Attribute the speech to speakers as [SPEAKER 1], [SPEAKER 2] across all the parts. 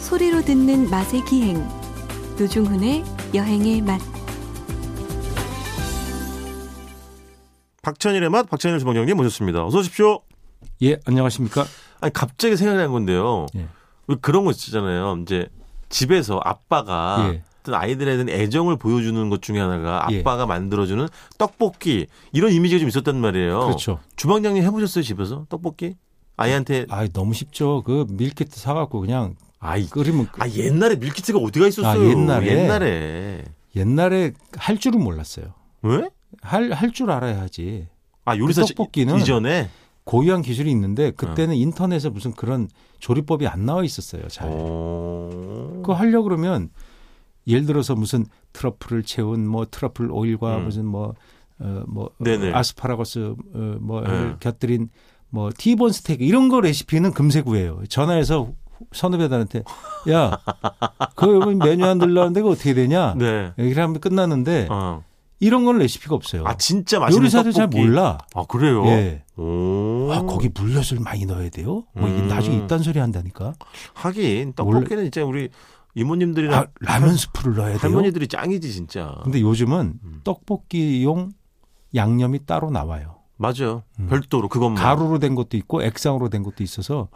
[SPEAKER 1] 소리로 듣는 맛의 기행 노중훈의 여행의 맛
[SPEAKER 2] 박찬일의 맛 박찬일 주방장님 모셨습니다. 어서 오십시오.
[SPEAKER 3] 예, 안녕하십니까?
[SPEAKER 2] 아니 갑자기 생각난 건데요.
[SPEAKER 3] 예.
[SPEAKER 2] 왜 그런 거 있잖아요. 이제 집에서 아빠가
[SPEAKER 3] 예.
[SPEAKER 2] 어떤 아이들에 대한 애정을 보여주는 것 중에 하나가
[SPEAKER 3] 예.
[SPEAKER 2] 아빠가 만들어주는 떡볶이 이런 이미지가 좀 있었단 말이에요.
[SPEAKER 3] 그렇죠.
[SPEAKER 2] 주방장님 해보셨어요 집에서 떡볶이 아이한테
[SPEAKER 3] 아, 너무 쉽죠. 그 밀키트 사갖고 그냥
[SPEAKER 2] 아이
[SPEAKER 3] 끓이면
[SPEAKER 2] 아 옛날에 밀키트가 어디가 있었어요?
[SPEAKER 3] 그렇죠. 아, 옛날에?
[SPEAKER 2] 옛날에.
[SPEAKER 3] 옛날에 할 줄은 몰랐어요.
[SPEAKER 2] 왜?
[SPEAKER 3] 할 할 줄 알아야 하지.
[SPEAKER 2] 아 요리사
[SPEAKER 3] 그 떡볶이는
[SPEAKER 2] 이전에
[SPEAKER 3] 고유한 기술이 있는데 그때는 인터넷에 무슨 그런 조리법이 안 나와 있었어요. 잘.
[SPEAKER 2] 어...
[SPEAKER 3] 그거 하려 고 그러면 예를 들어서 무슨 트러플을 채운 뭐 트러플 오일과
[SPEAKER 2] 음.
[SPEAKER 3] 무슨 뭐 어, 뭐
[SPEAKER 2] 네네.
[SPEAKER 3] 아스파라거스 어, 뭐
[SPEAKER 2] 네.
[SPEAKER 3] 곁들인 뭐 티본 스테이크 이런 거 레시피는 금세 구해요. 전화해서 선후배들한테 야, 그거 여기 메뉴 안 들렀는데 그거 어떻게 되냐?
[SPEAKER 2] 네.
[SPEAKER 3] 얘기를 하면 끝났는데
[SPEAKER 2] 어.
[SPEAKER 3] 이런 건 레시피가 없어요.
[SPEAKER 2] 아 진짜 맛있는
[SPEAKER 3] 네. 요리사들
[SPEAKER 2] 떡볶이.
[SPEAKER 3] 잘 몰라.
[SPEAKER 2] 아 그래요?
[SPEAKER 3] 예.
[SPEAKER 2] 오.
[SPEAKER 3] 아, 거기 물엿을 많이 넣어야 돼요. 뭐 이게
[SPEAKER 2] 음.
[SPEAKER 3] 나중에 이딴 소리 한다니까.
[SPEAKER 2] 하긴 떡볶이는 진짜 우리 이모님들이나
[SPEAKER 3] 아, 라면 스프를 넣어야 돼요.
[SPEAKER 2] 음. 할머니들이 짱이지 진짜.
[SPEAKER 3] 근데 요즘은
[SPEAKER 2] 음.
[SPEAKER 3] 떡볶이용 양념이 따로 나와요.
[SPEAKER 2] 맞아요.
[SPEAKER 3] 음.
[SPEAKER 2] 별도로 그것만.
[SPEAKER 3] 가루로 된 것도 있고 액상으로 된 것도 있어서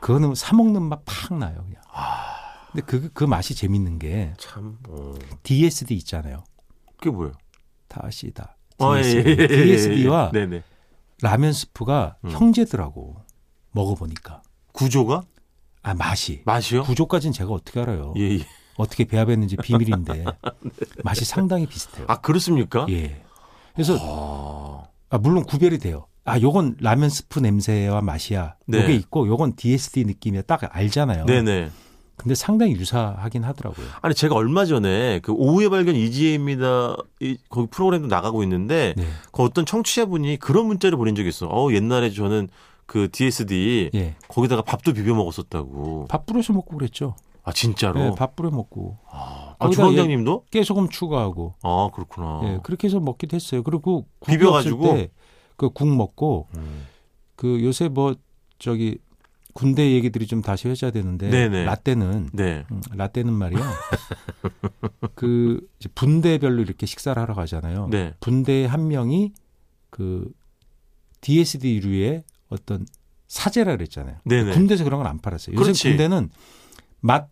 [SPEAKER 3] 그거는 사 먹는 맛 팍 나요 그냥. 근데 그, 그 맛이 재밌는 게
[SPEAKER 2] 참. 어.
[SPEAKER 3] DSD 있잖아요.
[SPEAKER 2] 그게 뭐예요?
[SPEAKER 3] 다시다.
[SPEAKER 2] 아, 예,
[SPEAKER 3] DSD.
[SPEAKER 2] 예, 예, 예.
[SPEAKER 3] DSD와
[SPEAKER 2] 네네.
[SPEAKER 3] 라면 스프가
[SPEAKER 2] 음.
[SPEAKER 3] 형제더라고. 먹어보니까.
[SPEAKER 2] 구조가
[SPEAKER 3] 아 맛이.
[SPEAKER 2] 맛이요?
[SPEAKER 3] 구조까지는 제가 어떻게 알아요.
[SPEAKER 2] 예, 네. 예.
[SPEAKER 3] 어떻게 배합했는지 비밀인데 맛이 상당히 비슷해요.
[SPEAKER 2] 아 그렇습니까?
[SPEAKER 3] 예. 그래서
[SPEAKER 2] 아.
[SPEAKER 3] 아, 물론 구별이 돼요. 아, 요건 라면 스프 냄새와 맛이야.
[SPEAKER 2] 네.
[SPEAKER 3] 요게 있고 요건 DSD 느낌이야. 딱 알잖아요.
[SPEAKER 2] 네네.
[SPEAKER 3] 근데 상당히 유사하긴 하더라고요.
[SPEAKER 2] 아니 제가 얼마 전에 그 오후에 발견 이지혜입니다. 이 거기 프로그램도 나가고 있는데
[SPEAKER 3] 네.
[SPEAKER 2] 그 어떤 청취자분이 그런 문자를 보낸 적이 있어. 어 옛날에 저는 그 DSD
[SPEAKER 3] 예.
[SPEAKER 2] 거기다가 밥도 비벼 먹었었다고.
[SPEAKER 3] 밥 뿌려서 먹고 그랬죠.
[SPEAKER 2] 아 진짜로.
[SPEAKER 3] 예, 밥 뿌려 먹고
[SPEAKER 2] 아,
[SPEAKER 3] 거기다
[SPEAKER 2] 주방장님도?
[SPEAKER 3] 깨소금 추가하고
[SPEAKER 2] 아 그렇구나.
[SPEAKER 3] 예, 그렇게 해서 먹기도 했어요. 그리고 국이
[SPEAKER 2] 비벼
[SPEAKER 3] 없을
[SPEAKER 2] 가지고?
[SPEAKER 3] 때그국 먹고
[SPEAKER 2] 음.
[SPEAKER 3] 그 요새 뭐 저기 군대 얘기들이 좀 다시 회자되는데
[SPEAKER 2] 네네.
[SPEAKER 3] 라떼는
[SPEAKER 2] 네.
[SPEAKER 3] 음, 라떼는 말이요. 그 이제 분대별로 이렇게 식사를 하러 가잖아요.
[SPEAKER 2] 네.
[SPEAKER 3] 분대 한 명이 그 DSD류의 어떤 사제라 그랬잖아요.
[SPEAKER 2] 네네.
[SPEAKER 3] 군대에서 그런 건 안 팔았어요. 요새
[SPEAKER 2] 그렇지.
[SPEAKER 3] 군대는 맛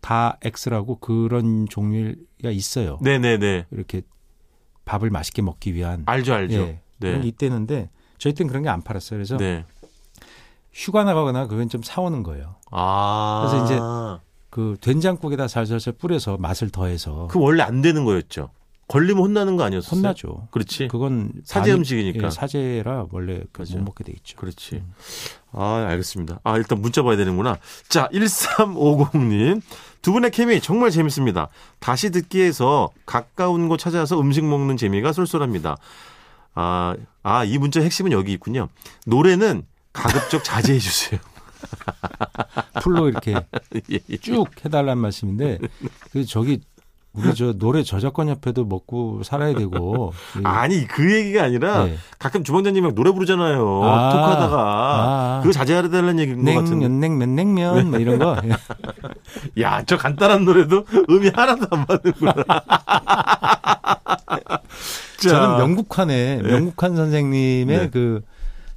[SPEAKER 3] 다 X라고 그런 종류가 있어요.
[SPEAKER 2] 네네네.
[SPEAKER 3] 이렇게 밥을 맛있게 먹기 위한
[SPEAKER 2] 아, 알죠 알죠.
[SPEAKER 3] 예. 그런 게
[SPEAKER 2] 네.
[SPEAKER 3] 있대는데 저희 때는 그런 게 안 팔았어요. 그래서
[SPEAKER 2] 네.
[SPEAKER 3] 휴가 나가거나 그건 좀 사오는 거예요.
[SPEAKER 2] 아.
[SPEAKER 3] 그래서 이제 그 된장국에다 살살살 뿌려서 맛을 더해서
[SPEAKER 2] 그 원래 안 되는 거였죠. 걸리면 혼나는 거 아니었어요?
[SPEAKER 3] 혼나죠.
[SPEAKER 2] 그렇지.
[SPEAKER 3] 그건
[SPEAKER 2] 네. 사제
[SPEAKER 3] 반이-
[SPEAKER 2] 음식이니까.
[SPEAKER 3] 예, 사제라 원래 그
[SPEAKER 2] 그죠.
[SPEAKER 3] 못 먹게 돼 있죠.
[SPEAKER 2] 그렇지. 아, 알겠습니다. 아, 일단 문자 봐야 되는구나. 자, 1350님. 두 분의 케미 정말 재밌습니다. 다시 듣기에서 가까운 곳 찾아서 음식 먹는 재미가 쏠쏠합니다. 아, 아, 이 문자 핵심은 여기 있군요. 노래는 가급적 자제해 주세요.
[SPEAKER 3] 풀로 이렇게
[SPEAKER 2] 예, 예.
[SPEAKER 3] 쭉 해달라는 말씀인데 그 저기 우리 저 노래 저작권 협회도 먹고 살아야 되고 이-
[SPEAKER 2] 아니, 그 얘기가 아니라
[SPEAKER 3] 네.
[SPEAKER 2] 가끔 주방장님이랑 노래 부르잖아요.
[SPEAKER 3] 아.
[SPEAKER 2] 톡하다가.
[SPEAKER 3] 아.
[SPEAKER 2] 그거 자제하라는 얘기인 것
[SPEAKER 3] 냉면
[SPEAKER 2] 같은데.
[SPEAKER 3] 냉면 냉면 뭐 이런 거 예.
[SPEAKER 2] 야, 저 간단한 노래도 음이 하나도 안 맞는구나. 자.
[SPEAKER 3] 저는 명국환의 명국환 선생님의
[SPEAKER 2] 네.
[SPEAKER 3] 그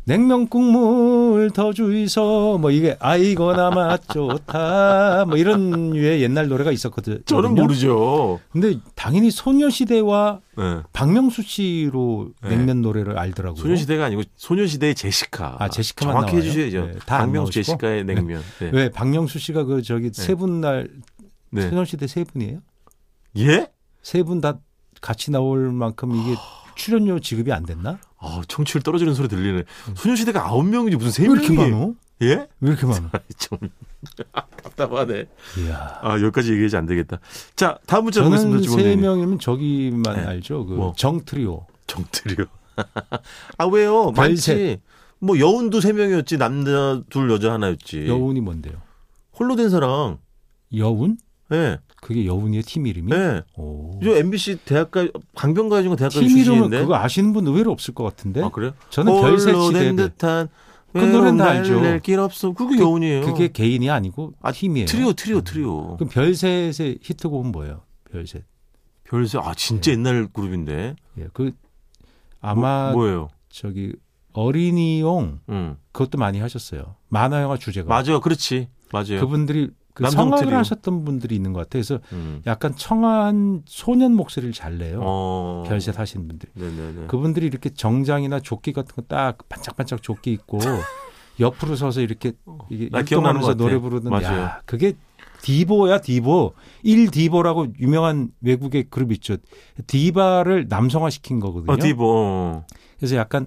[SPEAKER 3] 냉면 국물 더 주이소 뭐 이게 아이거나 맛 좋다 뭐 이런 류의 옛날 노래가 있었거든요.
[SPEAKER 2] 저는 모르죠.
[SPEAKER 3] 근데 당연히 소녀시대와
[SPEAKER 2] 네.
[SPEAKER 3] 박명수 씨로
[SPEAKER 2] 네.
[SPEAKER 3] 냉면 노래를 알더라고요.
[SPEAKER 2] 소녀시대가 아니고 소녀시대의 제시카.
[SPEAKER 3] 아, 제시카만
[SPEAKER 2] 정확히
[SPEAKER 3] 나와요?
[SPEAKER 2] 해주셔야죠.
[SPEAKER 3] 네, 다안
[SPEAKER 2] 박명수
[SPEAKER 3] 나오시고?
[SPEAKER 2] 제시카의 냉면. 네.
[SPEAKER 3] 왜 박명수 씨가 그 저기 세 분 날
[SPEAKER 2] 네.
[SPEAKER 3] 소녀시대 세 분이에요?
[SPEAKER 2] 예?
[SPEAKER 3] 세 분 다 같이 나올 만큼 이게 출연료 지급이 안 됐나?
[SPEAKER 2] 아, 청취율 떨어지는 소리 들리네. 소녀시대가 아홉 음. 명이지 무슨 세
[SPEAKER 3] 왜 이렇게
[SPEAKER 2] 명이?
[SPEAKER 3] 많어?
[SPEAKER 2] 예?
[SPEAKER 3] 왜 이렇게 많어?
[SPEAKER 2] 좀 답답하네.
[SPEAKER 3] 이야.
[SPEAKER 2] 아 여기까지 얘기하지 안 되겠다. 자 다음 문자
[SPEAKER 3] 저는
[SPEAKER 2] 보겠습니다.
[SPEAKER 3] 세
[SPEAKER 2] 주방장님.
[SPEAKER 3] 명이면 저기만
[SPEAKER 2] 네.
[SPEAKER 3] 알죠. 그
[SPEAKER 2] 뭐.
[SPEAKER 3] 정트리오.
[SPEAKER 2] 정트리요. 아 왜요? 많지.
[SPEAKER 3] 별셋.
[SPEAKER 2] 뭐 여운도 세 명이었지 남자 둘 여자 하나였지.
[SPEAKER 3] 여운이 뭔데요?
[SPEAKER 2] 홀로 된 사랑.
[SPEAKER 3] 여운?
[SPEAKER 2] 예.
[SPEAKER 3] 그게 여운이에요, 팀 이름이?
[SPEAKER 2] 예.
[SPEAKER 3] 오.
[SPEAKER 2] 저 MBC 대학가 강변가요중과 대학가
[SPEAKER 3] 팀 이름은
[SPEAKER 2] 출신인데.
[SPEAKER 3] 그거 뭐 아시는 분 의외로 없을 것 같은데.
[SPEAKER 2] 아 그래요?
[SPEAKER 3] 저는 별세
[SPEAKER 2] 홀로 된
[SPEAKER 3] 시대를
[SPEAKER 2] 듯한
[SPEAKER 3] 그 노래는 다 알죠.
[SPEAKER 2] 낼길 없어. 그게 여운이에요.
[SPEAKER 3] 그게 개인이 아니고
[SPEAKER 2] 아,
[SPEAKER 3] 팀이에요.
[SPEAKER 2] 트리오, 트리오, 트리오.
[SPEAKER 3] 그럼 별셋의 히트곡은 뭐예요? 별셋.
[SPEAKER 2] 별세. 아, 진짜 옛날 그룹인데.
[SPEAKER 3] 예, 그 네. 아마
[SPEAKER 2] 뭐, 예요
[SPEAKER 3] 저기 어린이용
[SPEAKER 2] 음.
[SPEAKER 3] 그것도 많이 하셨어요. 만화 영화 주제가.
[SPEAKER 2] 맞아요. 그렇지. 맞아요.
[SPEAKER 3] 그분들이 그
[SPEAKER 2] 남성
[SPEAKER 3] 성악을
[SPEAKER 2] 트리오.
[SPEAKER 3] 하셨던 분들이 있는 것 같아요. 그래서
[SPEAKER 2] 음.
[SPEAKER 3] 약간 청아한 소년 목소리를 잘 내요.
[SPEAKER 2] 어.
[SPEAKER 3] 별셋 하신 분들.
[SPEAKER 2] 네네네.
[SPEAKER 3] 그분들이 이렇게 정장이나 조끼 같은 거 딱 반짝반짝 조끼 입고 옆으로 서서 이렇게 이게
[SPEAKER 2] 어. 나 기억나는
[SPEAKER 3] 일동하면서
[SPEAKER 2] 것 같아.
[SPEAKER 3] 노래 부르는
[SPEAKER 2] 맞아요.
[SPEAKER 3] 야 그게 디보야 디보 일 디보라고 유명한 외국의 그룹 있죠 디바를 남성화 시킨 거거든요.
[SPEAKER 2] 어, 디보.
[SPEAKER 3] 그래서 약간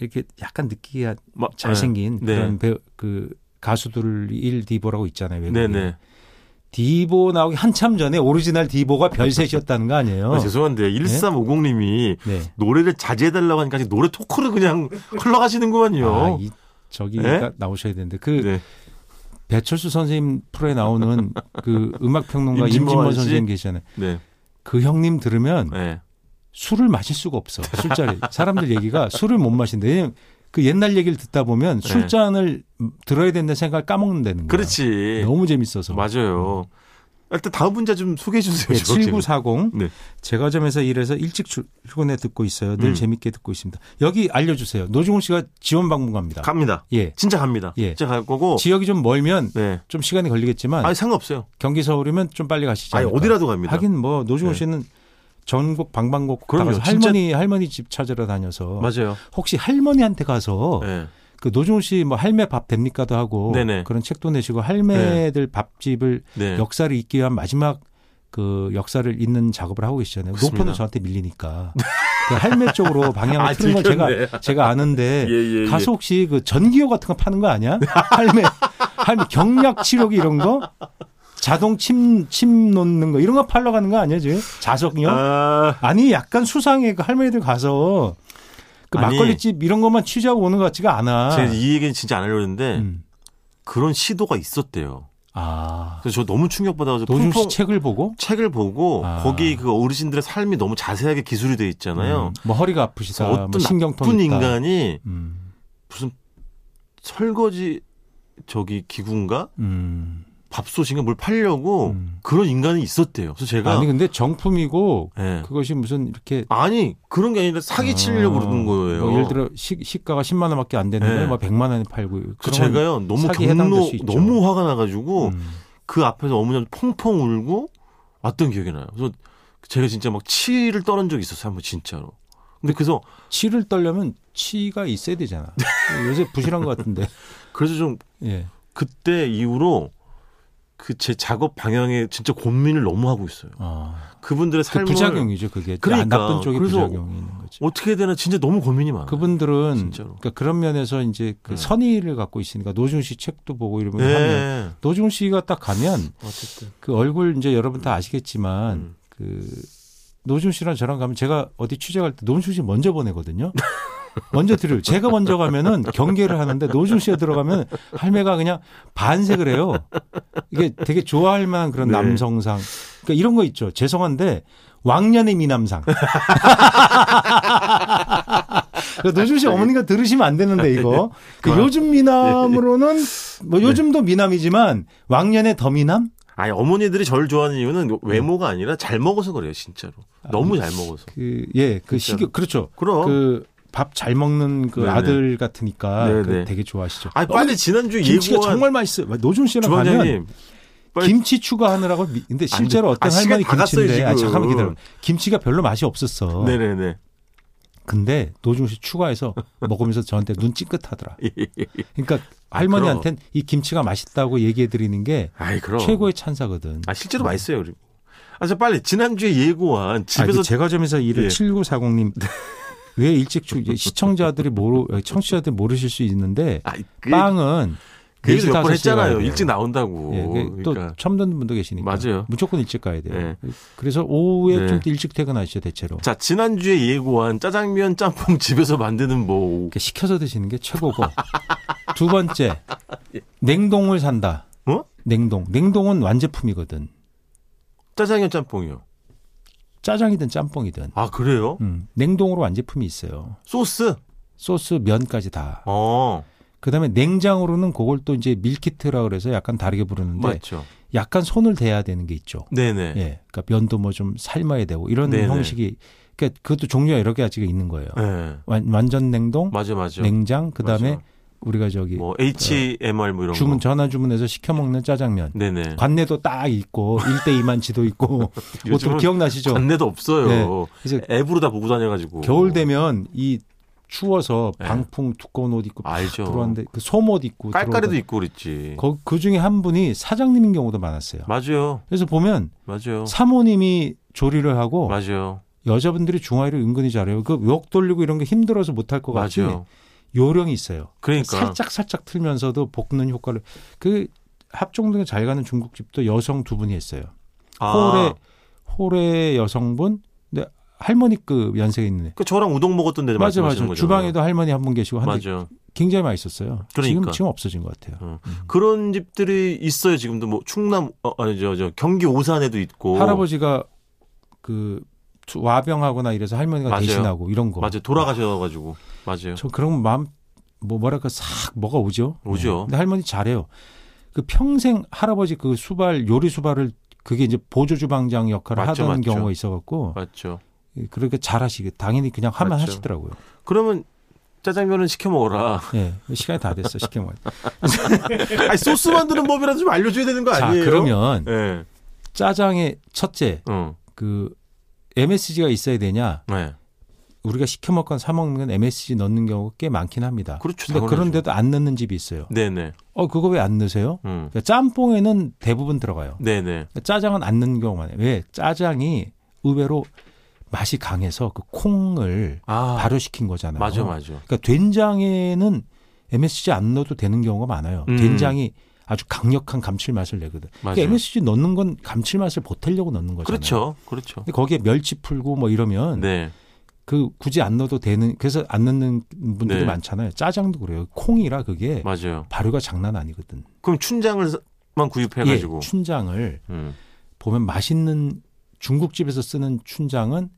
[SPEAKER 3] 이렇게 약간 느끼한
[SPEAKER 2] 마-
[SPEAKER 3] 잘생긴
[SPEAKER 2] 네.
[SPEAKER 3] 그런 배우 그 가수들이 일 디보라고 있잖아요. 외국에.
[SPEAKER 2] 네네.
[SPEAKER 3] 디보 나오기 한참 전에 오리지널 디보가 별셋이었다는 거 아니에요.
[SPEAKER 2] 아, 죄송한데 1350님이
[SPEAKER 3] 네.
[SPEAKER 2] 노래를 자제해달라고 하니까 아직 노래 토크로 그냥 흘러가시는구만요.
[SPEAKER 3] 아, 이 저기가
[SPEAKER 2] 네?
[SPEAKER 3] 나오셔야 되는데 그
[SPEAKER 2] 네.
[SPEAKER 3] 배철수 선생님 프로에 나오는 그 음악 평론가
[SPEAKER 2] 임진모
[SPEAKER 3] 임진모
[SPEAKER 2] 아저씨?
[SPEAKER 3] 선생님 계시잖아요.
[SPEAKER 2] 네.
[SPEAKER 3] 그 형님 들으면
[SPEAKER 2] 네.
[SPEAKER 3] 술을 마실 수가 없어. 술자리. 사람들 얘기가 술을 못 마신대. 왜냐면 그 옛날 얘기를 듣다 보면 술잔을 들어야 된다는 생각을
[SPEAKER 2] 네.
[SPEAKER 3] 까먹는다는 거예요.
[SPEAKER 2] 그렇죠. 그렇지.
[SPEAKER 3] 너무 재밌어서.
[SPEAKER 2] 맞아요. 일단 다음 분자 좀 소개해 주세요.
[SPEAKER 3] 네,
[SPEAKER 2] 저거 지금.
[SPEAKER 3] 7940.
[SPEAKER 2] 네.
[SPEAKER 3] 제가 점에서 일해서 일찍 출- 출근해 듣고 있어요. 늘
[SPEAKER 2] 음.
[SPEAKER 3] 재밌게 듣고 있습니다. 여기 알려주세요. 노중훈 씨가 지원 방문갑니다.
[SPEAKER 2] 갑니다.
[SPEAKER 3] 예.
[SPEAKER 2] 진짜 갑니다.
[SPEAKER 3] 예.
[SPEAKER 2] 진짜 갈 거고.
[SPEAKER 3] 지역이 좀 멀면
[SPEAKER 2] 어. 네.
[SPEAKER 3] 좀 시간이 걸리겠지만
[SPEAKER 2] 아니 상관없어요.
[SPEAKER 3] 경기 서울이면 좀 빨리 가시죠.
[SPEAKER 2] 아니 어디라도 갑니다.
[SPEAKER 3] 하긴 뭐 노중훈
[SPEAKER 2] 네.
[SPEAKER 3] 씨는 전국 방방곡곡 다
[SPEAKER 2] 그럼요.
[SPEAKER 3] 가서 할머니 할머니 집 찾으러 다녀서
[SPEAKER 2] 맞아요.
[SPEAKER 3] 혹시 할머니한테 가서
[SPEAKER 2] 네.
[SPEAKER 3] 그 노중훈 씨 뭐 할매 밥 됩니까도 하고
[SPEAKER 2] 네네.
[SPEAKER 3] 그런 책도 내시고 할매들 밥집을
[SPEAKER 2] 네.
[SPEAKER 3] 역사를 잊기 위한 마지막 그 역사를 잇는 작업을 하고 계시잖아요.
[SPEAKER 2] 그렇습니다.
[SPEAKER 3] 노포는 저한테 밀리니까 그 할매 쪽으로 방향을
[SPEAKER 2] 아,
[SPEAKER 3] 틀은 건
[SPEAKER 2] 들켰네.
[SPEAKER 3] 제가 제가 아는데
[SPEAKER 2] 예, 예, 예.
[SPEAKER 3] 가서 혹시 그 전기요 같은 거 파는 거 아니야? 할매 할매 경락 치료기 이런 거 자동 침, 침 놓는 거 이런 거 팔러 가는 거 아니에요 지금? 자석요?
[SPEAKER 2] 아,
[SPEAKER 3] 아니 약간 수상해 그 할머니들 가서 그
[SPEAKER 2] 아니.
[SPEAKER 3] 막걸리집 이런 것만 취재하고 오는 것 같지가 않아.
[SPEAKER 2] 제가 이 얘기는 진짜 안 하려고 했는데
[SPEAKER 3] 음.
[SPEAKER 2] 그런 시도가 있었대요.
[SPEAKER 3] 아
[SPEAKER 2] 그래서 저 너무 충격받아서
[SPEAKER 3] 노중 씨
[SPEAKER 2] 펑펑
[SPEAKER 3] 책을 보고
[SPEAKER 2] 책을 보고
[SPEAKER 3] 아.
[SPEAKER 2] 거기 그 어르신들의 삶이 너무 자세하게 기술이 돼 있잖아요.
[SPEAKER 3] 음, 뭐 허리가
[SPEAKER 2] 그래서
[SPEAKER 3] 아프시다,
[SPEAKER 2] 어떤
[SPEAKER 3] 뭐 신경통
[SPEAKER 2] 나쁜
[SPEAKER 3] 있다.
[SPEAKER 2] 인간이
[SPEAKER 3] 음,
[SPEAKER 2] 무슨 설거지 저기 기구인가
[SPEAKER 3] 음.
[SPEAKER 2] 밥솥인가 뭘 팔려고
[SPEAKER 3] 음.
[SPEAKER 2] 그런 인간이 있었대요. 그래서 제가
[SPEAKER 3] 아니
[SPEAKER 2] 아니,
[SPEAKER 3] 근데 정품이고
[SPEAKER 2] 예.
[SPEAKER 3] 그것이 무슨 이렇게
[SPEAKER 2] 아니 그런 게 아니라 사기 치려고
[SPEAKER 3] 아,
[SPEAKER 2] 그러는 거예요.
[SPEAKER 3] 뭐 예를 들어 시, 시가가 10만 원밖에 안 되는데
[SPEAKER 2] 네.
[SPEAKER 3] 뭐 100만 원에 팔고.
[SPEAKER 2] 그
[SPEAKER 3] 그런
[SPEAKER 2] 제가요 너무
[SPEAKER 3] 사기에 해당될
[SPEAKER 2] 경로
[SPEAKER 3] 수 있죠.
[SPEAKER 2] 너무 화가 나가지고
[SPEAKER 3] 건, 음.
[SPEAKER 2] 그 앞에서 어머니한테 펑펑 울고 왔던 기억이 나요. 그래서 제가 진짜 막 치를 떨은 적이 있었어요. 한번 진짜로. 근데 그래서
[SPEAKER 3] 치를 떨려면 치가 있어야 되잖아. 요새 부실한 것 같은데.
[SPEAKER 2] 그래서 좀
[SPEAKER 3] 예.
[SPEAKER 2] 그때 이후로 그 제 작업 방향에 진짜 고민을 너무 하고 있어요.
[SPEAKER 3] 아,
[SPEAKER 2] 그분들의
[SPEAKER 3] 그
[SPEAKER 2] 삶을
[SPEAKER 3] 부작용이죠 그게.
[SPEAKER 2] 그러니까.
[SPEAKER 3] 나쁜 쪽이
[SPEAKER 2] 그래서
[SPEAKER 3] 부작용이 있는 거죠.
[SPEAKER 2] 어떻게 해야 되나 진짜 너무 고민이 많아요.
[SPEAKER 3] 그분들은
[SPEAKER 2] 진짜로.
[SPEAKER 3] 그러니까 그런 면에서 이제 그
[SPEAKER 2] 네.
[SPEAKER 3] 선의를 갖고 있으니까 노준 씨 책도 보고 이러면 하면
[SPEAKER 2] 네.
[SPEAKER 3] 노준 씨가 딱 가면
[SPEAKER 2] 어쨌든.
[SPEAKER 3] 그 얼굴 이제 여러분 다 아시겠지만
[SPEAKER 2] 음.
[SPEAKER 3] 그 노준 씨랑 저랑 가면 제가 어디 취재 갈 때 노준 씨 먼저 보내거든요. 먼저 들을 제가 먼저 가면은 경계를 하는데 노준 씨가 들어가면 할매가 그냥 반색을 해요. 이게 되게 좋아할 만한 그런
[SPEAKER 2] 네.
[SPEAKER 3] 남성상. 그러니까 이런 거 있죠. 죄송한데 왕년의 미남상. 그러니까 노준 씨 어머니가 들으시면 안 되는데 이거. 그 요즘 미남으로는
[SPEAKER 2] 네.
[SPEAKER 3] 뭐 요즘도 미남이지만 왕년의 더 미남?
[SPEAKER 2] 아니 어머니들이 저를 좋아하는 이유는 외모가 아니라 잘 먹어서 그래요 진짜로 너무 잘 먹어서
[SPEAKER 3] 그 예, 그
[SPEAKER 2] 진짜로.
[SPEAKER 3] 식욕 그렇죠.
[SPEAKER 2] 그럼
[SPEAKER 3] 아, 그 밥 잘 먹는 그
[SPEAKER 2] 네네.
[SPEAKER 3] 아들 같으니까 그
[SPEAKER 2] 네네.
[SPEAKER 3] 되게 좋아하시죠.
[SPEAKER 2] 아니 빨리 지난주 에
[SPEAKER 3] 김치가
[SPEAKER 2] 예고한
[SPEAKER 3] 정말 맛있어요. 노준 씨랑 가면
[SPEAKER 2] 주방장님 빨리-
[SPEAKER 3] 김치 추가하느라고 미- 근데 실제로
[SPEAKER 2] 돼.
[SPEAKER 3] 어떤
[SPEAKER 2] 아,
[SPEAKER 3] 할머니
[SPEAKER 2] 시간 다 갔어요,
[SPEAKER 3] 김치인데 아,
[SPEAKER 2] 지금.
[SPEAKER 3] 잠깐만 기다려. 김치가 별로 맛이 없었어.
[SPEAKER 2] 네네네
[SPEAKER 3] 근데 노준 씨 추가해서 먹으면서 저한테 눈 찡긋하더라.
[SPEAKER 2] 예, 아,
[SPEAKER 3] 그러니까 할머니한텐 이 김치가 맛있다고 얘기해 드리는 게
[SPEAKER 2] 아이 그럼
[SPEAKER 3] 최고의 찬사거든.
[SPEAKER 2] 아 실제로 맛있어요 그리고 아저 빨리 지난주에 예고한 집에서
[SPEAKER 3] 아, 제가 점에서 일을
[SPEAKER 2] 예.
[SPEAKER 3] 7940님 왜 일찍 출 시청자들이 모르 청취자들 이 모르실 수 있는데
[SPEAKER 2] 아, 그,
[SPEAKER 3] 빵은
[SPEAKER 2] 그 얘기 몇번
[SPEAKER 3] 15 시에 가야
[SPEAKER 2] 했잖아요
[SPEAKER 3] 돼요.
[SPEAKER 2] 일찍 나온다고
[SPEAKER 3] 예, 그게 또
[SPEAKER 2] 그러니까
[SPEAKER 3] 처음 듣는 분도 계시니까
[SPEAKER 2] 맞아요.
[SPEAKER 3] 무조건 일찍 가야 돼요.
[SPEAKER 2] 예.
[SPEAKER 3] 그래서 오후에
[SPEAKER 2] 네.
[SPEAKER 3] 좀 일찍 퇴근하시죠 대체로.
[SPEAKER 2] 자 지난주에 예고한 짜장면 짬뽕 집에서 만드는 뭐
[SPEAKER 3] 이렇게 시켜서 드시는 게 최고고 두 번째
[SPEAKER 2] 예.
[SPEAKER 3] 냉동을 산다.
[SPEAKER 2] 어?
[SPEAKER 3] 냉동 냉동은 완제품이거든.
[SPEAKER 2] 짜장면 짬뽕이요
[SPEAKER 3] 짜장이든 짬뽕이든
[SPEAKER 2] 아 그래요
[SPEAKER 3] 음, 냉동으로 완제품이 있어요.
[SPEAKER 2] 소스
[SPEAKER 3] 소스 면까지 다.
[SPEAKER 2] 어
[SPEAKER 3] 그다음에 냉장으로는 그걸 또 이제 밀키트라 그래서 약간 다르게 부르는데
[SPEAKER 2] 맞죠.
[SPEAKER 3] 약간 손을 대야 되는 게 있죠.
[SPEAKER 2] 네네.
[SPEAKER 3] 네. 예. 그러니까 면도 뭐 좀 삶아야 되고 이런
[SPEAKER 2] 네네.
[SPEAKER 3] 형식이 그러니까 그것도 종류가 여러 가지가 있는 거예요.
[SPEAKER 2] 예.
[SPEAKER 3] 완, 완전 냉동,
[SPEAKER 2] 맞아 맞아.
[SPEAKER 3] 냉장, 그다음에
[SPEAKER 2] 맞아.
[SPEAKER 3] 우리가 저기
[SPEAKER 2] 뭐 HMR 뭐 이런
[SPEAKER 3] 주문
[SPEAKER 2] 거.
[SPEAKER 3] 전화 주문해서 시켜 먹는 짜장면.
[SPEAKER 2] 네네.
[SPEAKER 3] 관내도 딱 있고 1대 2만 지도 있고
[SPEAKER 2] 요즘은
[SPEAKER 3] 뭐또 기억나시죠?
[SPEAKER 2] 관내도 없어요.
[SPEAKER 3] 네. 그래서
[SPEAKER 2] 앱으로 다 보고 다녀가지고.
[SPEAKER 3] 겨울 되면 이 추워서
[SPEAKER 2] 네.
[SPEAKER 3] 방풍 두꺼운 옷 입고
[SPEAKER 2] 알죠.
[SPEAKER 3] 들어왔는데 그 소옷 입고
[SPEAKER 2] 깔깔이도
[SPEAKER 3] 들어오다-
[SPEAKER 2] 있고 그랬지.
[SPEAKER 3] 거- 그 중에 한 분이 사장님인 경우도 많았어요.
[SPEAKER 2] 맞아요.
[SPEAKER 3] 그래서 보면
[SPEAKER 2] 맞아요.
[SPEAKER 3] 사모님이 조리를 하고
[SPEAKER 2] 어. 맞아요.
[SPEAKER 3] 여자분들이 중화요리를 은근히 잘해요. 그 역 돌리고 이런 게 힘들어서 못할 것 같지
[SPEAKER 2] 맞아요.
[SPEAKER 3] 요령이 있어요.
[SPEAKER 2] 그러니까.
[SPEAKER 3] 살짝 살짝 틀면서도 볶는 효과를 그 합정동에 잘 가는 중국집도 여성 두 분이 했어요.
[SPEAKER 2] 아,
[SPEAKER 3] 홀에 홀에 여성분, 근데 할머니 급 연세가 있는.
[SPEAKER 2] 그 저랑 우동 먹었던 데
[SPEAKER 3] 맞아
[SPEAKER 2] 말씀하시는
[SPEAKER 3] 맞아.
[SPEAKER 2] 거죠.
[SPEAKER 3] 주방에도 할머니 한 분 계시고 한데
[SPEAKER 2] 맞아.
[SPEAKER 3] 굉장히 맛있었어요.
[SPEAKER 2] 그러니까.
[SPEAKER 3] 지금 지금 없어진 것 같아요.
[SPEAKER 2] 그런 집들이 있어요. 지금도 뭐 충남 어, 아니 저, 저 경기 오산에도 있고.
[SPEAKER 3] 할아버지가 그 투- 와병하거나 이래서 할머니가
[SPEAKER 2] 맞아요.
[SPEAKER 3] 대신하고 이런 거.
[SPEAKER 2] 맞아 돌아가셔가지고 맞아요.
[SPEAKER 3] 저 그런 거 마음 뭐 뭐랄까 싹 뭐가 오죠.
[SPEAKER 2] 네. 오죠.
[SPEAKER 3] 근데 할머니 잘해요. 그 평생 할아버지 그 수발 요리 수발을 그게 이제 보조 주방장 역할을
[SPEAKER 2] 맞죠,
[SPEAKER 3] 하던
[SPEAKER 2] 맞죠.
[SPEAKER 3] 경우가 있어갖고
[SPEAKER 2] 맞죠.
[SPEAKER 3] 그렇게 잘하시게 당연히 그냥 하면
[SPEAKER 2] 맞죠.
[SPEAKER 3] 하시더라고요.
[SPEAKER 2] 그러면 짜장면은 시켜 먹어라.
[SPEAKER 3] 예 시간이 다 됐어 시켜 먹.
[SPEAKER 2] 아니 소스 만드는 법이라도 좀 알려줘야 되는 거
[SPEAKER 3] 자
[SPEAKER 2] 아니에요?
[SPEAKER 3] 그러면
[SPEAKER 2] 예.
[SPEAKER 3] 짜장의 첫째
[SPEAKER 2] 응.
[SPEAKER 3] 그 MSG가 있어야 되냐?
[SPEAKER 2] 네.
[SPEAKER 3] 우리가 시켜 먹건 사 먹는 건 MSG 넣는 경우가 꽤 많긴 합니다.
[SPEAKER 2] 그렇죠.
[SPEAKER 3] 근데
[SPEAKER 2] 당연하죠.
[SPEAKER 3] 그런데도 안 넣는 집이 있어요.
[SPEAKER 2] 네네.
[SPEAKER 3] 어 그거 왜 안 넣으세요?
[SPEAKER 2] 음.
[SPEAKER 3] 그러니까 짬뽕에는 대부분 들어가요. 그러니까
[SPEAKER 2] 네네.
[SPEAKER 3] 짜장은 안 넣는 경우가 많아요. 왜? 짜장이 의외로 맛이 강해서 그 콩을
[SPEAKER 2] 아
[SPEAKER 3] 발효시킨 거잖아요.
[SPEAKER 2] 맞아 맞아.
[SPEAKER 3] 그러니까 된장에는 MSG 안 넣어도 되는 경우가 많아요.
[SPEAKER 2] 음.
[SPEAKER 3] 된장이 아주 강력한 감칠맛을 내거든.
[SPEAKER 2] 맞아요.
[SPEAKER 3] 그러니까 MSG 넣는 건 감칠맛을 보태려고 넣는 거잖아요.
[SPEAKER 2] 그렇죠. 그렇죠.
[SPEAKER 3] 근데 거기에 멸치 풀고 뭐 이러면
[SPEAKER 2] 네.
[SPEAKER 3] 그 굳이 안 넣어도 되는 그래서 안 넣는 분들이
[SPEAKER 2] 네.
[SPEAKER 3] 많잖아요. 짜장도 그래요. 콩이라 그게
[SPEAKER 2] 맞아요.
[SPEAKER 3] 발효가 장난 아니거든.
[SPEAKER 2] 그럼 춘장을만 구입해가지고.
[SPEAKER 3] 예, 춘장을
[SPEAKER 2] 음.
[SPEAKER 3] 보면 맛있는 중국집에서 쓰는 춘장은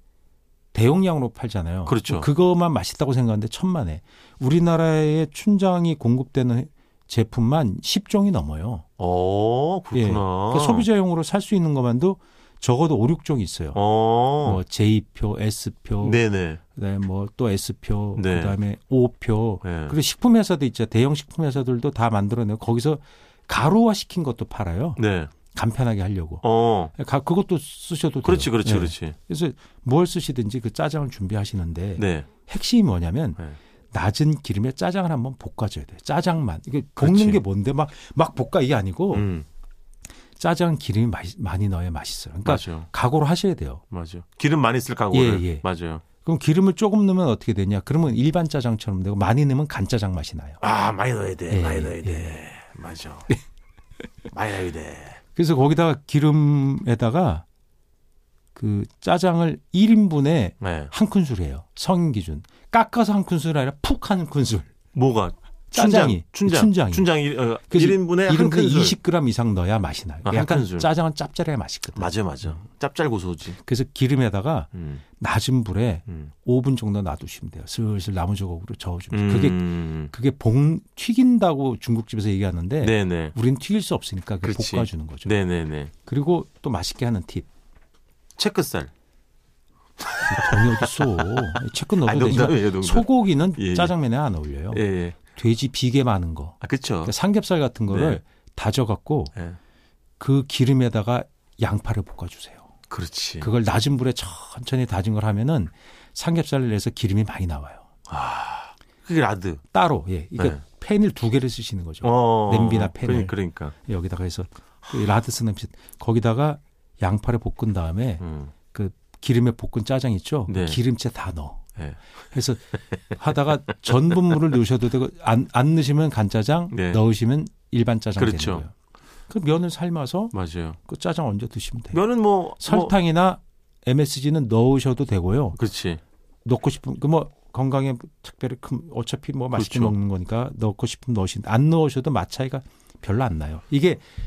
[SPEAKER 3] 대용량으로 팔잖아요.
[SPEAKER 2] 그렇죠.
[SPEAKER 3] 그거만 맛있다고 생각하는데 천만에 우리나라에 춘장이 공급되는 제품만 10종이 넘어요.
[SPEAKER 2] 어
[SPEAKER 3] 예.
[SPEAKER 2] 그렇구나.
[SPEAKER 3] 그러니까 소비자용으로 살 수 있는 것만도 적어도 5, 6종 있어요.
[SPEAKER 2] 어.
[SPEAKER 3] 뭐 J표, S표,
[SPEAKER 2] 네네.
[SPEAKER 3] 그다음에 뭐 또 S표,
[SPEAKER 2] 네.
[SPEAKER 3] 그다음에 O표.
[SPEAKER 2] 네.
[SPEAKER 3] 그리고 식품 회사도 있죠. 대형 식품 회사들도 다 만들어내고 거기서 가루화 시킨 것도 팔아요.
[SPEAKER 2] 네.
[SPEAKER 3] 간편하게 하려고.
[SPEAKER 2] 어.
[SPEAKER 3] 가- 그것도 쓰셔도 돼요.
[SPEAKER 2] 그렇지 그렇지
[SPEAKER 3] 예.
[SPEAKER 2] 그렇지.
[SPEAKER 3] 그래서 뭘 쓰시든지 그 짜장을 준비하시는데
[SPEAKER 2] 네.
[SPEAKER 3] 핵심이 뭐냐면
[SPEAKER 2] 네.
[SPEAKER 3] 낮은 기름에 짜장을 한번 볶아줘야 돼요. 짜장만 이게 볶는
[SPEAKER 2] 그렇지.
[SPEAKER 3] 게 뭔데 막 막 볶아 이게 아니고
[SPEAKER 2] 음.
[SPEAKER 3] 짜장 기름이 마시- 많이 넣어야 맛있어요. 그러니까
[SPEAKER 2] 맞아요.
[SPEAKER 3] 각오를 하셔야 돼요.
[SPEAKER 2] 맞아요. 기름 많이 쓸 각오를.
[SPEAKER 3] 예, 예.
[SPEAKER 2] 맞아요.
[SPEAKER 3] 그럼 기름을 조금 넣으면 어떻게 되냐? 그러면 일반 짜장처럼 되고 많이 넣으면 간짜장 맛이 나요.
[SPEAKER 2] 아 많이 넣어야 돼.
[SPEAKER 3] 예,
[SPEAKER 2] 많이 넣어야
[SPEAKER 3] 예.
[SPEAKER 2] 돼. 맞아. 많이 넣어야 돼.
[SPEAKER 3] 그래서 거기다가 기름에다가 그 짜장을 1인분에
[SPEAKER 2] 네.
[SPEAKER 3] 한 큰술이에요. 성인 기준. 깎아서 한 큰술이 아니라 푹 한 큰술.
[SPEAKER 2] 뭐가?
[SPEAKER 3] 짜장이.
[SPEAKER 2] 춘장.
[SPEAKER 3] 춘장이.
[SPEAKER 2] 춘장이. 어,
[SPEAKER 3] 그래서
[SPEAKER 2] 1인분에 한
[SPEAKER 3] 1인분에
[SPEAKER 2] 큰술.
[SPEAKER 3] 20g 이상 넣어야 맛이 나요.
[SPEAKER 2] 아, 한
[SPEAKER 3] 약간
[SPEAKER 2] 큰술.
[SPEAKER 3] 짜장은 짭짤해야 맛있거든.
[SPEAKER 2] 맞아 맞아. 짭짤고소지.
[SPEAKER 3] 그래서 기름에다가
[SPEAKER 2] 음.
[SPEAKER 3] 낮은 불에
[SPEAKER 2] 음. 5분
[SPEAKER 3] 5분 정도 놔두시면 돼요. 슬슬 나무조각으로 저어주면 그게
[SPEAKER 2] 음.
[SPEAKER 3] 그게 봉 튀긴다고 중국집에서 얘기하는데
[SPEAKER 2] 네네.
[SPEAKER 3] 우린 튀길 수 없으니까 그게
[SPEAKER 2] 그렇지.
[SPEAKER 3] 볶아주는 거죠.
[SPEAKER 2] 네네네.
[SPEAKER 3] 그리고 또 맛있게 하는 팁.
[SPEAKER 2] 체크살.
[SPEAKER 3] 전혀 어딨어. 채끝
[SPEAKER 2] 아,
[SPEAKER 3] 넣어도 되니까
[SPEAKER 2] 농담이에요, 농담.
[SPEAKER 3] 소고기는
[SPEAKER 2] 예, 예.
[SPEAKER 3] 짜장면에 안 어울려요.
[SPEAKER 2] 예, 예.
[SPEAKER 3] 돼지 비계 많은 거.
[SPEAKER 2] 아, 그쵸.
[SPEAKER 3] 그러니까 삼겹살 같은 거를
[SPEAKER 2] 네.
[SPEAKER 3] 다져갖고
[SPEAKER 2] 예.
[SPEAKER 3] 그 기름에다가 양파를 볶아주세요.
[SPEAKER 2] 그렇지.
[SPEAKER 3] 그걸 낮은 불에 천천히 다진 걸 하면은 삼겹살을 내서 기름이 많이 나와요.
[SPEAKER 2] 그게 라드.
[SPEAKER 3] 따로 예, 그러니까
[SPEAKER 2] 네.
[SPEAKER 3] 팬을 두 개를 쓰시는 거죠.
[SPEAKER 2] 어.
[SPEAKER 3] 냄비나 팬을.
[SPEAKER 2] 그러니까. 그러니까.
[SPEAKER 3] 여기다가 해서 이 라드 쓰는 비 거기다가 양파를 볶은 다음에
[SPEAKER 2] 음.
[SPEAKER 3] 그 기름에 볶은 짜장 있죠.
[SPEAKER 2] 네.
[SPEAKER 3] 기름째 다 넣어.
[SPEAKER 2] 예.
[SPEAKER 3] 해서 하다가 전분물을 넣으셔도 되고 안, 안 넣으시면 간짜장
[SPEAKER 2] 네.
[SPEAKER 3] 넣으시면 일반 짜장
[SPEAKER 2] 그렇죠.
[SPEAKER 3] 되는 거예요. 그 면을 삶아서
[SPEAKER 2] 맞아요.
[SPEAKER 3] 그 짜장 얹어 드시면 돼요.
[SPEAKER 2] 면은 뭐. 뭐,
[SPEAKER 3] 설탕이나 MSG는 넣으셔도 되고요.
[SPEAKER 2] 그렇지.
[SPEAKER 3] 넣고 싶은 그 뭐 건강에 특별히 큰 어차피 뭐 맛있게
[SPEAKER 2] 그렇죠.
[SPEAKER 3] 먹는 거니까 넣고 싶으면 넣으신 안 넣으셔도 맛 차이가 별로 안 나요. 이게 음.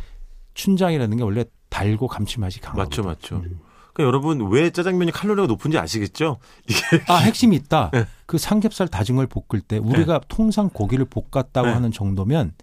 [SPEAKER 3] 춘장이라는 게 원래 달고 감칠맛이 강하고
[SPEAKER 2] 맞죠, 맞죠. 그러니까 여러분 왜 짜장면이 칼로리가 높은지 아시겠죠? 이게
[SPEAKER 3] 아 핵심이 있다.
[SPEAKER 2] 네.
[SPEAKER 3] 그 삼겹살 다진 걸 볶을 때 우리가 통상 고기를 볶았다고
[SPEAKER 2] 네.
[SPEAKER 3] 하는 정도면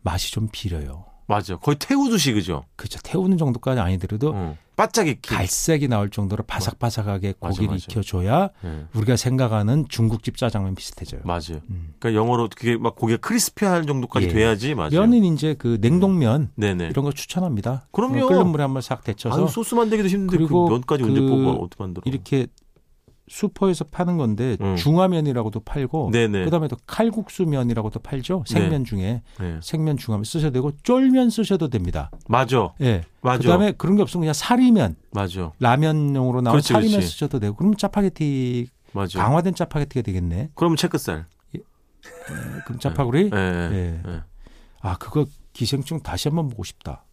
[SPEAKER 3] 맛이 좀 비려요.
[SPEAKER 2] 맞아. 거의 태우듯이 그죠?
[SPEAKER 3] 그렇죠. 태우는 정도까지 아니더라도
[SPEAKER 2] 응. 바짝 익히.
[SPEAKER 3] 갈색이 나올 정도로 바삭바삭하게
[SPEAKER 2] 그 맞아,
[SPEAKER 3] 고기를
[SPEAKER 2] 맞아.
[SPEAKER 3] 익혀줘야
[SPEAKER 2] 예,
[SPEAKER 3] 우리가 생각하는 중국집 짜장면 비슷해져요.
[SPEAKER 2] 맞아요.
[SPEAKER 3] 음.
[SPEAKER 2] 그러니까 영어로 그게 막 고기가 크리스피할 정도까지
[SPEAKER 3] 예.
[SPEAKER 2] 돼야지 맞아요. 네.
[SPEAKER 3] 면은 이제 그 냉동면
[SPEAKER 2] 네네.
[SPEAKER 3] 이런 거 추천합니다.
[SPEAKER 2] 그럼요.
[SPEAKER 3] 끓는 물에 한번 싹 데쳐서
[SPEAKER 2] 아유, 소스 만들기도 힘든데 그
[SPEAKER 3] 그리고
[SPEAKER 2] 면까지 언제
[SPEAKER 3] 그
[SPEAKER 2] 뽑아 어떻게 만들어?
[SPEAKER 3] 이렇게 슈퍼에서 파는 건데
[SPEAKER 2] 음.
[SPEAKER 3] 중화면이라고도 팔고
[SPEAKER 2] 네네.
[SPEAKER 3] 그다음에 또 칼국수면이라고도 팔죠. 생면 중에
[SPEAKER 2] 네.
[SPEAKER 3] 생면 중화면 쓰셔도 되고 쫄면 쓰셔도 됩니다.
[SPEAKER 2] 맞아.
[SPEAKER 3] 예.
[SPEAKER 2] 맞아.
[SPEAKER 3] 그다음에 그런 게 없으면 그냥 사리면
[SPEAKER 2] 맞아.
[SPEAKER 3] 라면용으로 나온
[SPEAKER 2] 그렇지,
[SPEAKER 3] 사리면
[SPEAKER 2] 그렇지.
[SPEAKER 3] 쓰셔도 되고 그럼 짜파게티
[SPEAKER 2] 맞아.
[SPEAKER 3] 강화된 짜파게티가 되겠네.
[SPEAKER 2] 그럼 체크살.
[SPEAKER 3] 그럼 짜파구리.
[SPEAKER 2] 예. 예.
[SPEAKER 3] 예.
[SPEAKER 2] 예.
[SPEAKER 3] 아 그거 기생충 다시 한번 보고 싶다.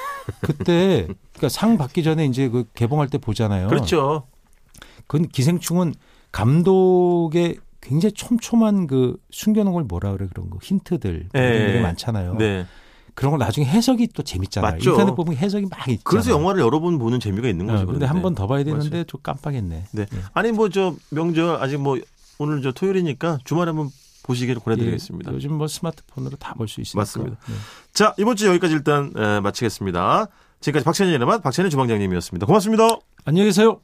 [SPEAKER 3] 그때 그러니까 상 받기 전에 이제 그 개봉할 때 보잖아요.
[SPEAKER 2] 그렇죠.
[SPEAKER 3] 그 기생충은 감독의 굉장히 촘촘한 그 숨겨놓은 걸 뭐라 그래 그런 거 힌트들 뭐
[SPEAKER 2] 예,
[SPEAKER 3] 이런 게
[SPEAKER 2] 예.
[SPEAKER 3] 많잖아요.
[SPEAKER 2] 네.
[SPEAKER 3] 그런 걸 나중에 해석이 또 재밌잖아요.
[SPEAKER 2] 맞죠.
[SPEAKER 3] 인터넷 보면 해석이 막 있잖아요.
[SPEAKER 2] 그래서 영화를 여러 번 보는 재미가 있는 거죠.
[SPEAKER 3] 어, 근데 한 번 더 봐야 되는데
[SPEAKER 2] 맞아요.
[SPEAKER 3] 좀 깜빡했네.
[SPEAKER 2] 네. 아니 뭐 저 명절 아직 뭐 오늘 저 토요일이니까 주말에 한번 보시기를 권해드리겠습니다.
[SPEAKER 3] 예, 요즘 뭐 스마트폰으로 다 볼 수 있으니까.
[SPEAKER 2] 맞습니다.
[SPEAKER 3] 네.
[SPEAKER 2] 자 이번 주 여기까지 예, 일단 에, 마치겠습니다. 지금까지 박찬희의 맛 박찬희 주방장님이었습니다. 고맙습니다.
[SPEAKER 3] 안녕히 계세요.